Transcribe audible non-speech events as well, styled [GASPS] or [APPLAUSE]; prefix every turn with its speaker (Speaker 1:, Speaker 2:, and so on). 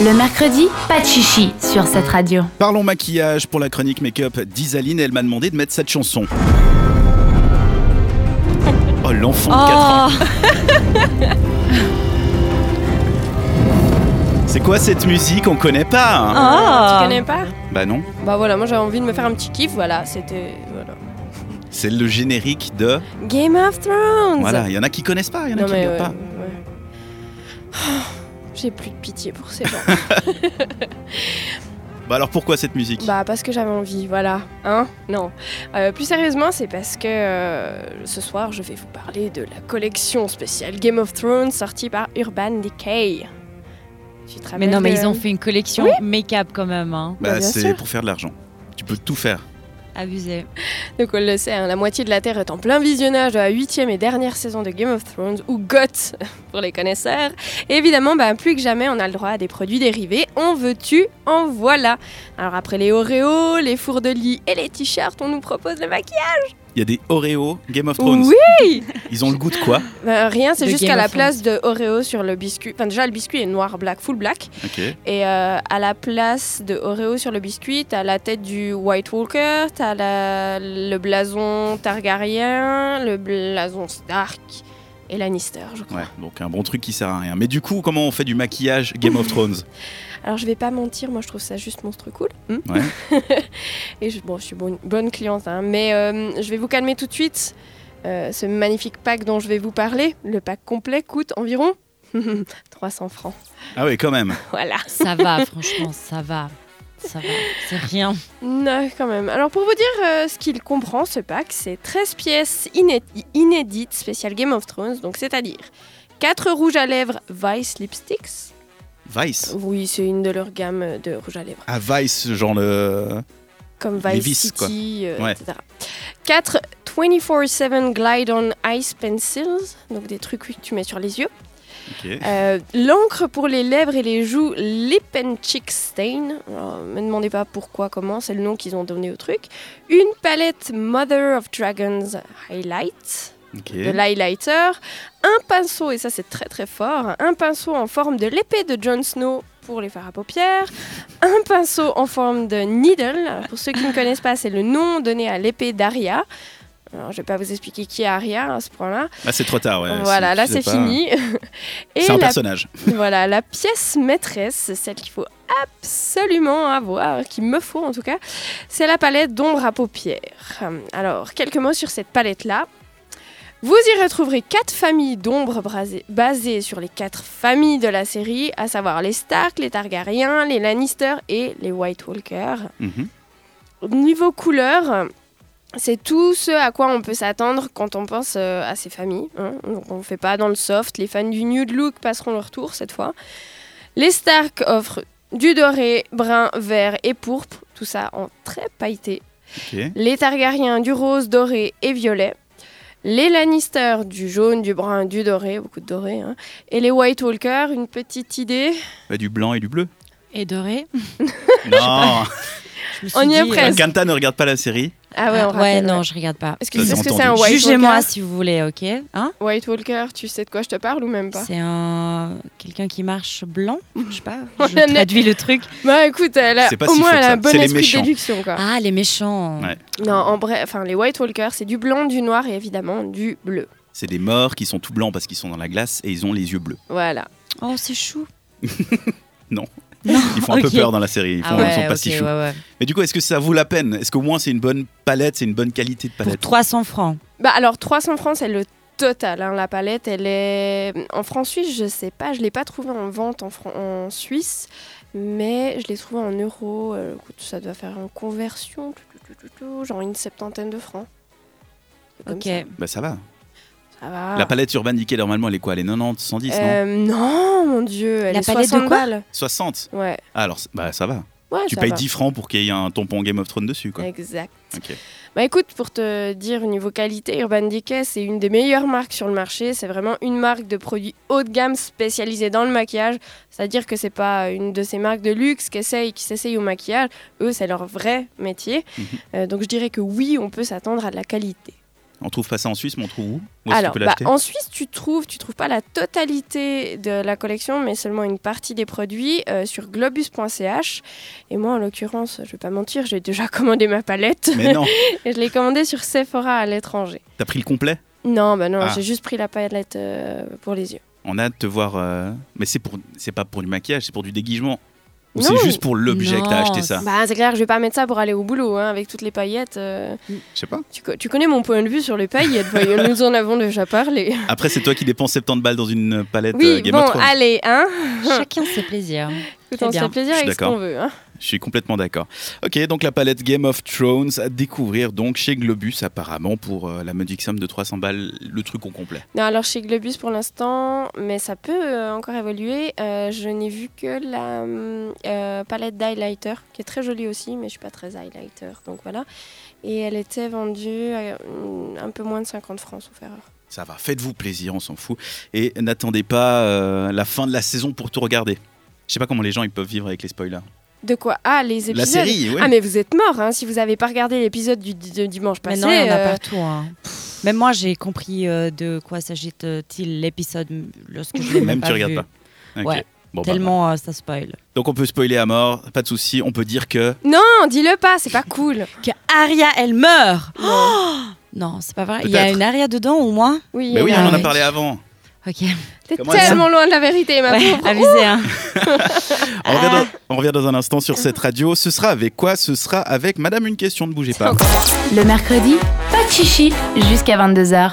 Speaker 1: Le mercredi, pas de chichi sur cette radio.
Speaker 2: Parlons maquillage pour la chronique make-up d'Isaline. Elle m'a demandé de mettre cette chanson. Oh, l'enfant de 4 ans.
Speaker 3: [LAUGHS]
Speaker 2: C'est quoi cette musique On connaît pas. hein.
Speaker 4: Ah.
Speaker 3: Tu connais pas
Speaker 2: Bah non.
Speaker 3: Bah voilà, moi j'avais envie de me faire un petit kiff, voilà, c'était... Voilà.
Speaker 2: C'est le générique de.
Speaker 3: Game of Thrones
Speaker 2: Voilà, il y en a qui connaissent pas, il y en a
Speaker 3: Non
Speaker 2: qui
Speaker 3: mais
Speaker 2: ne
Speaker 3: ouais,
Speaker 2: pas.
Speaker 3: ouais. J'ai plus de pitié pour ces gens.
Speaker 2: [LAUGHS] Bah alors pourquoi cette musique
Speaker 3: bah parce que j'avais envie, voilà. Hein Non. Euh, plus sérieusement, c'est parce que euh, ce soir, je vais vous parler de la collection spéciale Game of Thrones sortie par Urban Decay. Tu te
Speaker 4: Mais
Speaker 3: rappelles
Speaker 4: non, mais
Speaker 3: de-
Speaker 4: ils ont fait une collection make-up quand même, hein.
Speaker 2: Bah,
Speaker 3: euh, bien
Speaker 2: c'est
Speaker 3: sûr.
Speaker 2: pour faire de l'argent. Tu peux tout faire.
Speaker 4: Abusé.
Speaker 3: Donc on le sait, hein, la moitié de la Terre est en plein visionnage de la huitième et dernière saison de Game of Thrones, ou GOT [LAUGHS] pour les connaisseurs. Et évidemment, bah, plus que jamais, on a le droit à des produits dérivés. En veux-tu En voilà Alors après les Oreos, les fours de lit et les t-shirts, on nous propose le maquillage.
Speaker 2: Il y a des Oreo Game of Thrones. Ils ont le goût de quoi
Speaker 3: Bah, Rien, c'est
Speaker 4: De
Speaker 3: juste qu'à
Speaker 4: Game of
Speaker 3: la place
Speaker 4: Thrones.
Speaker 3: de Oreo sur le biscuit, enfin déjà le biscuit est noir, black, full black,
Speaker 2: Ok.
Speaker 3: et euh, à la place de Oreo sur le biscuit, t'as la tête du White Walker, t'as la- le blason Targaryen, le blason Stark et Lannister, je crois.
Speaker 2: Ouais, donc un bon truc qui sert à rien. Mais du coup, comment on fait du maquillage Game of Thrones
Speaker 3: Alors je vais pas mentir, moi je trouve ça juste monstrueux cool. Hmm.
Speaker 2: Ouais.
Speaker 3: [LAUGHS] et je, bon, je suis bonne, bonne cliente, hein, mais euh, je vais vous calmer tout de suite. Euh, ce magnifique pack dont je vais vous parler, le pack complet coûte environ [LAUGHS] 300 francs.
Speaker 2: Ah oui, quand même.
Speaker 3: Voilà. [LAUGHS]
Speaker 4: Ça va, franchement, ça va. Ça va. C'est rien.
Speaker 3: Non, quand même. Alors, pour vous dire euh, ce qu'il comprend, ce pack, c'est 13 pièces iné- inédites spécial Game of Thrones, donc c'est-à-dire 4 rouges à lèvres Vice Lipsticks.
Speaker 2: Vice.
Speaker 3: Oui, c'est une de leur gamme de rouges à lèvres,
Speaker 2: Ah, Vice, genre le.
Speaker 3: comme Vice
Speaker 2: Les vis, quoi.
Speaker 3: City, euh,
Speaker 2: Ouais.
Speaker 3: etc. 4 24-7 Glide on Ice Pencils, donc des trucs que tu mets sur les yeux.
Speaker 2: Ok.
Speaker 3: Euh, L'encre pour les lèvres et les joues Lip and Cheek Stain. Alors, me demandez pas pourquoi, comment, c'est le nom qu'ils ont donné au truc. Une palette Mother of Dragons Highlight,
Speaker 2: Ok.
Speaker 3: Euh, de l'highlighter. Un pinceau, et ça c'est très très fort, un pinceau en forme de l'épée de Jon Snow pour les fards à paupières. Un pinceau en forme de needle. Alors, pour ceux qui ne connaissent pas, c'est le nom donné à l'épée d'Aria. Alors, je vais pas vous expliquer qui est Aria hein, à ce point-là.
Speaker 2: Ah, c'est trop tard, ouais.
Speaker 3: voilà,
Speaker 2: Si
Speaker 3: là
Speaker 2: tu sais pas.
Speaker 3: c'est fini. [LAUGHS] Et
Speaker 2: C'est un
Speaker 3: la
Speaker 2: personnage.
Speaker 3: voilà, la pièce maîtresse, c'est celle qu'il faut absolument avoir, qu'il me faut en tout cas, c'est la palette d'ombre à paupières. Alors, quelques mots sur cette palette-là. Vous y retrouverez quatre familles d'ombres brasées- basées sur les quatre familles de la série, à savoir les Stark, les Targaryens, les Lannister et les White Walkers.
Speaker 2: Mhm.
Speaker 3: Niveau couleur, c'est tout ce à quoi on peut s'attendre quand on pense euh, à ces familles. hein. Donc on ne fait pas dans le soft. Les fans du nude look passeront leur tour cette fois. Les Stark offrent du doré, brun, vert et pourpre, tout ça en très pailleté.
Speaker 2: Ok.
Speaker 3: Les Targaryens du rose, doré et violet. Les Lannister du jaune, du brun, du doré, beaucoup de doré. hein. Et les White Walkers, une petite idée.
Speaker 2: Bah, du blanc et du
Speaker 3: [LAUGHS]
Speaker 2: bleu.
Speaker 4: Et doré
Speaker 2: Non [LAUGHS]
Speaker 4: je me suis
Speaker 3: On y est
Speaker 4: dit,
Speaker 3: presque.
Speaker 2: Kanta ne regarde pas la série.
Speaker 3: Ah ouais, on
Speaker 4: euh, Ouais,
Speaker 3: rappelle,
Speaker 4: non,
Speaker 3: ouais.
Speaker 4: je regarde pas.
Speaker 3: Est-ce
Speaker 2: Ça,
Speaker 3: que tu sais
Speaker 2: j'ai
Speaker 3: ce que c'est un
Speaker 2: entendu.
Speaker 3: White
Speaker 4: Jugez-moi
Speaker 3: Walker
Speaker 4: si vous voulez, ok hein
Speaker 3: White Walker, tu sais de quoi je te parle ou même pas
Speaker 4: C'est un quelqu'un qui marche blanc, je
Speaker 3: [LAUGHS]
Speaker 4: sais pas.
Speaker 3: On
Speaker 4: Je
Speaker 3: est-
Speaker 4: traduis le truc.
Speaker 3: Bah écoute, elle a,
Speaker 2: C'est pas
Speaker 3: au
Speaker 2: si
Speaker 3: moins
Speaker 2: faux que
Speaker 3: elle a
Speaker 2: ça.
Speaker 3: un bon
Speaker 2: C'est les
Speaker 3: esprit de
Speaker 2: méchants.
Speaker 3: déduction quoi.
Speaker 4: Ah, les méchants.
Speaker 2: Ouais.
Speaker 3: Non, en bref, enfin les White Walkers, c'est du blanc, du noir et évidemment du bleu.
Speaker 2: C'est des morts qui sont tout blancs parce qu'ils sont dans la glace et ils ont les yeux bleus.
Speaker 3: Voilà.
Speaker 4: Oh,
Speaker 2: [LAUGHS]
Speaker 4: c'est chou.
Speaker 2: Ils font un
Speaker 4: Ok.
Speaker 2: peu peur dans la série. Ils, font,
Speaker 4: Ah ouais,
Speaker 2: ils sont pas
Speaker 4: ok,
Speaker 2: si choux.
Speaker 4: ouais, ouais.
Speaker 2: Mais du coup, est-ce que ça vaut la peine Est-ce qu'au moins c'est une bonne palette, c'est une bonne qualité de
Speaker 4: Pour
Speaker 2: palette
Speaker 4: 300 francs.
Speaker 3: Bah alors 300 francs, c'est le total. hein. La palette, elle est hmm, en francs suisses, je sais pas, je l'ai pas trouvée en vente en, fran- en Suisse, mais je l'ai trouvée en euros. Euh, écoute, ça doit faire une conversion, tout, tout, tout, tout, tout, genre une septantaine de francs. C'est comme
Speaker 4: Ok.
Speaker 3: ça.
Speaker 2: Bah ça va.
Speaker 3: Ça va.
Speaker 2: La palette Urban Decay, normalement, elle est quoi Elle est 90, 110, non
Speaker 3: Ah. Euh, non, mon dieu, elle
Speaker 4: La
Speaker 3: est
Speaker 4: palette de
Speaker 3: 60
Speaker 4: quoi
Speaker 3: balles.
Speaker 2: 60
Speaker 3: Ouais.
Speaker 2: Ah, Alors, c- bah ça va.
Speaker 3: ouais
Speaker 2: tu
Speaker 3: ça
Speaker 2: payes
Speaker 3: va.
Speaker 2: 10 francs pour qu'il y ait un tampon Game of Thrones dessus, quoi.
Speaker 3: Exact.
Speaker 2: Ok.
Speaker 3: Bah écoute, pour te dire au niveau qualité, Urban Decay, c'est une des meilleures marques sur le marché. C'est vraiment une marque de produits haut de gamme spécialisée dans le maquillage. C'est-à-dire que c'est pas une de ces marques de luxe qui essayent, qui s'essayent au maquillage. Eux, c'est leur vrai métier.
Speaker 2: Mhm.
Speaker 3: Euh, donc je dirais que oui, on peut s'attendre à de la qualité.
Speaker 2: On trouve pas ça en Suisse, mais on trouve où Où est-ce qu'on
Speaker 3: Alors,
Speaker 2: peut
Speaker 3: bah,
Speaker 2: l'acheter
Speaker 3: en Suisse, tu trouves, tu trouves pas la totalité de la collection, mais seulement une partie des produits euh, sur globus.ch. Et moi, en l'occurrence, je vais pas mentir, j'ai déjà [LAUGHS] commandé ma palette
Speaker 2: Mais non,
Speaker 3: et je l'ai commandée sur Sephora à l'étranger.
Speaker 2: t'as pris le complet
Speaker 3: Non, bah non,
Speaker 2: Ah.
Speaker 3: j'ai juste pris la palette euh, pour les yeux.
Speaker 2: On a hâte de te voir. euh, Mais c'est pour, c'est pas pour du maquillage, c'est pour du déguisement. Ou
Speaker 3: Non.
Speaker 2: c'est juste pour l'objet que t'as
Speaker 4: Non,
Speaker 2: acheté ça
Speaker 3: Bah, c'est clair, je vais pas mettre ça pour aller au boulot, hein, avec toutes les paillettes. euh,
Speaker 2: Je sais pas.
Speaker 3: tu, co- tu connais mon point de vue sur les
Speaker 2: [LAUGHS]
Speaker 3: paillettes, voyons, nous en avons déjà parlé.
Speaker 2: Après, c'est toi qui dépenses 70 balles dans une palette euh,
Speaker 3: Oui,
Speaker 2: Game
Speaker 3: bon,
Speaker 2: of Thrones.
Speaker 3: allez, hein.
Speaker 4: Chacun ses plaisirs.
Speaker 3: Écoute, on se
Speaker 4: bien.
Speaker 3: fait plaisir
Speaker 2: Je suis
Speaker 3: avec ce
Speaker 2: d'accord.
Speaker 3: qu'on veut, hein.
Speaker 2: Je suis complètement d'accord. Ok, donc la palette Game of Thrones à découvrir donc chez Globus apparemment pour euh, la modique somme de 300 balles, le truc au complet.
Speaker 3: Non, alors chez Globus pour l'instant, mais ça peut euh, encore évoluer. euh, je n'ai vu que la hum, euh, palette d'highlighter, qui est très jolie aussi, mais je suis pas très highlighter, donc voilà. Et elle était vendue à hum, un peu moins de 50 francs, sauf erreur.
Speaker 2: Ça va, faites-vous plaisir, on s'en fout. Et n'attendez pas euh, la fin de la saison pour tout regarder. Je sais pas comment les gens ils peuvent vivre avec les spoilers.
Speaker 3: De quoi Ah, les épisodes
Speaker 2: La série, ouais.
Speaker 3: Ah, mais vous êtes mort, hein, si vous avez pas regardé l'épisode du, du- du dimanche passé.
Speaker 4: Maintenant, il y en a
Speaker 3: euh,
Speaker 4: partout. hein. Même moi, j'ai compris euh, de quoi s'agit-il l'épisode lorsque je l'ai
Speaker 2: Même
Speaker 4: même
Speaker 2: tu
Speaker 4: pas
Speaker 2: regardes
Speaker 4: vu.
Speaker 2: pas. Ok.
Speaker 4: Ouais,
Speaker 2: Bon, bah,
Speaker 4: Tellement euh, ça spoil.
Speaker 2: voilà. donc on peut spoiler à mort, pas de souci. On peut dire que
Speaker 3: Non, dis-le pas, c'est pas
Speaker 4: [GASPS]
Speaker 3: cool.
Speaker 4: Que Aria, elle meurt
Speaker 3: Non.
Speaker 4: Non, c'est pas vrai. Il y a
Speaker 2: Peut-être.
Speaker 4: une Aria dedans au moins
Speaker 3: Oui,
Speaker 2: Mais oui,
Speaker 4: y
Speaker 2: on
Speaker 4: a
Speaker 2: en a
Speaker 4: un-
Speaker 2: parlé avant.
Speaker 4: Ok.
Speaker 3: T'es
Speaker 2: Comment elle
Speaker 3: tellement loin de la vérité, ma
Speaker 4: Ouais,
Speaker 3: pauvre.
Speaker 4: avisé, hein.
Speaker 2: On revient, dans, on revient dans un instant sur cette radio. Ce sera avec quoi Ce sera avec Madame une question, ne bougez pas.
Speaker 1: Le mercredi, pas de chichi jusqu'à 22h.